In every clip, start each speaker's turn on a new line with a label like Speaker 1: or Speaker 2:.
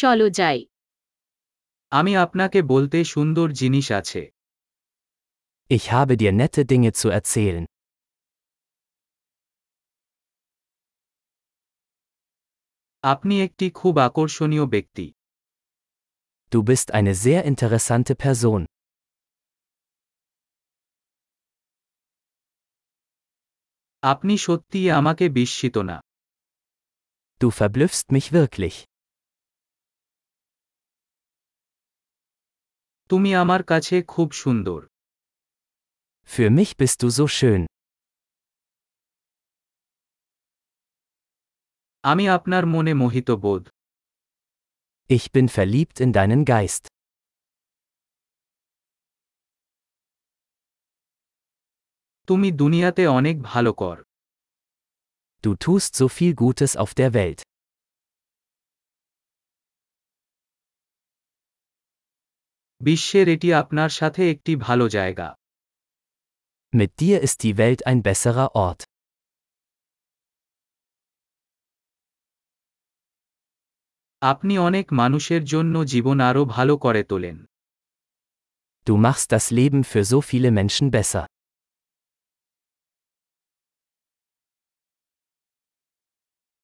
Speaker 1: চলো যাই
Speaker 2: আমি আপনাকে বলতে সুন্দর জিনিস আছে
Speaker 3: Ich habe dir nette Dinge zu erzählen.
Speaker 2: আপনি একটি খুব আকর্ষণীয় ব্যক্তি
Speaker 3: Du bist eine sehr interessante Person.
Speaker 2: আপনি সত্যিই আমাকে বিস্মিত না
Speaker 3: Du verblüffst mich wirklich.
Speaker 2: তুমি আমার কাছে খুব সুন্দর
Speaker 3: Für mich bist du so schön.
Speaker 2: আমি আপনার মনে মোহিত বোধ
Speaker 3: Ich bin verliebt in deinen Geist.
Speaker 2: তুমি দুনিয়াতে অনেক ভালো কর
Speaker 3: Du tust so viel Gutes auf der Welt.
Speaker 2: বিশ্বের এটি আপনার সাথে একটি ভালো জায়গা
Speaker 3: Mit dir ist die Welt ein besserer Ort.
Speaker 2: আপনি অনেক মানুষের জন্য জীবন আরও ভালো করে তোলেন
Speaker 3: Du machst das Leben für so viele Menschen besser.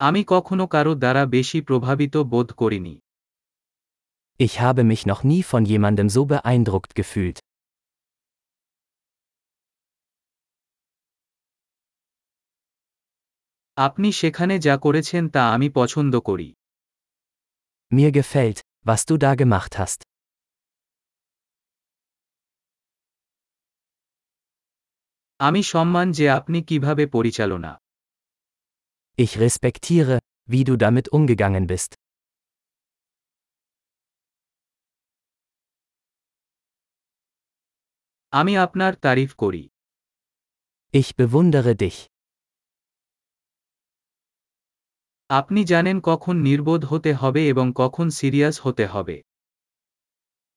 Speaker 2: আমি কখনো কারো দ্বারা বেশি প্রভাবিত বোধ করিনি
Speaker 3: Ich habe mich noch nie von jemandem so beeindruckt gefühlt.
Speaker 2: আপনি সেখানে যা করেছেন তা আমি পছন্দ করি
Speaker 3: Mir gefällt, was du da gemacht hast.
Speaker 2: আমি সম্মান যে আপনি কিভাবে পরিচালনা
Speaker 3: Ich respektiere, wie du damit umgegangen bist.
Speaker 2: আমি আপনার তারিফ করি
Speaker 3: Ich bewundere dich.
Speaker 2: আপনি জানেন কখন নির্বোধ হতে হবে এবং কখন সিরিয়াস হতে হবে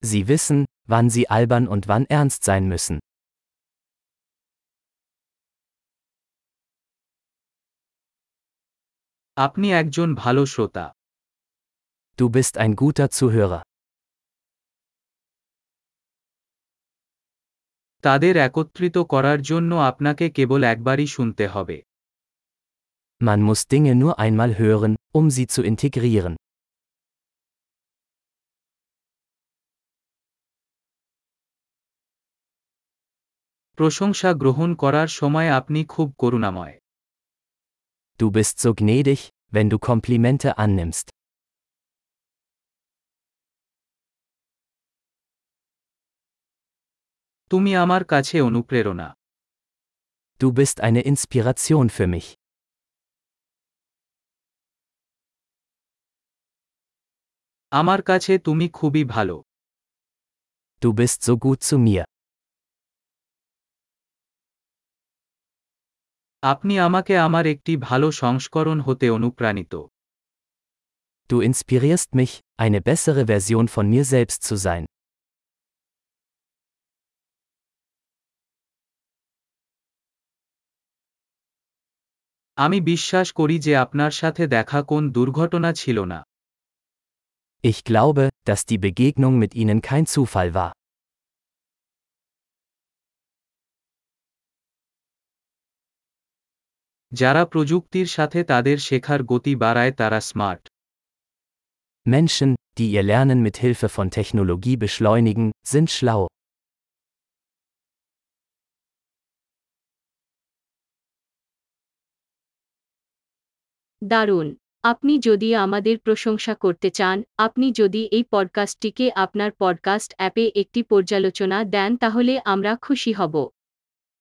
Speaker 3: Sie wissen, wann sie albern und wann ernst sein müssen.
Speaker 2: আপনি একজন ভালো শ্রোতা
Speaker 3: Du bist ein guter Zuhörer.
Speaker 2: তাদের একত্রিত করার জন্য আপনাকে কেবল একবারই শুনতে হবে
Speaker 3: Man muss Dinge nur einmal hören, um sie zu integrieren.
Speaker 2: প্রশংসা গ্রহণ করার সময় আপনি খুব করুণাময়
Speaker 3: Du bist so gnädig, wenn du Komplimente annimmst.
Speaker 2: তুমি আমার কাছে অনুপ্রেরণা
Speaker 3: Du bist eine Inspiration für mich.
Speaker 2: আমার কাছে তুমি খুবই ভালো
Speaker 3: Du bist so gut zu mir.
Speaker 2: আপনি আমাকে আমার একটি ভালো সংস্করণ হতে অনুপ্রাণিত
Speaker 3: Du inspirierst mich, eine bessere Version von mir selbst zu sein.
Speaker 2: আমি বিশ্বাস করি যে আপনার সাথে দেখা কোন দুর্ঘটনা ছিল না
Speaker 3: Ich glaube, dass die Begegnung mit ihnen kein Zufall war.
Speaker 2: যারা প্রযুক্তির সাথে তাদের শেখার গতি বাড়ায় তারা smart
Speaker 3: Menschen, die ihr Lernen mit Hilfe von Technologie beschleunigen, sind schlau.
Speaker 1: দারুণ আপনি যদি আমাদের প্রশংসা করতে চান আপনি যদি এই পডকাস্টটিকে আপনার পডকাস্ট অ্যাপে একটি পর্যালোচনা দেন তাহলে আমরা খুশি হব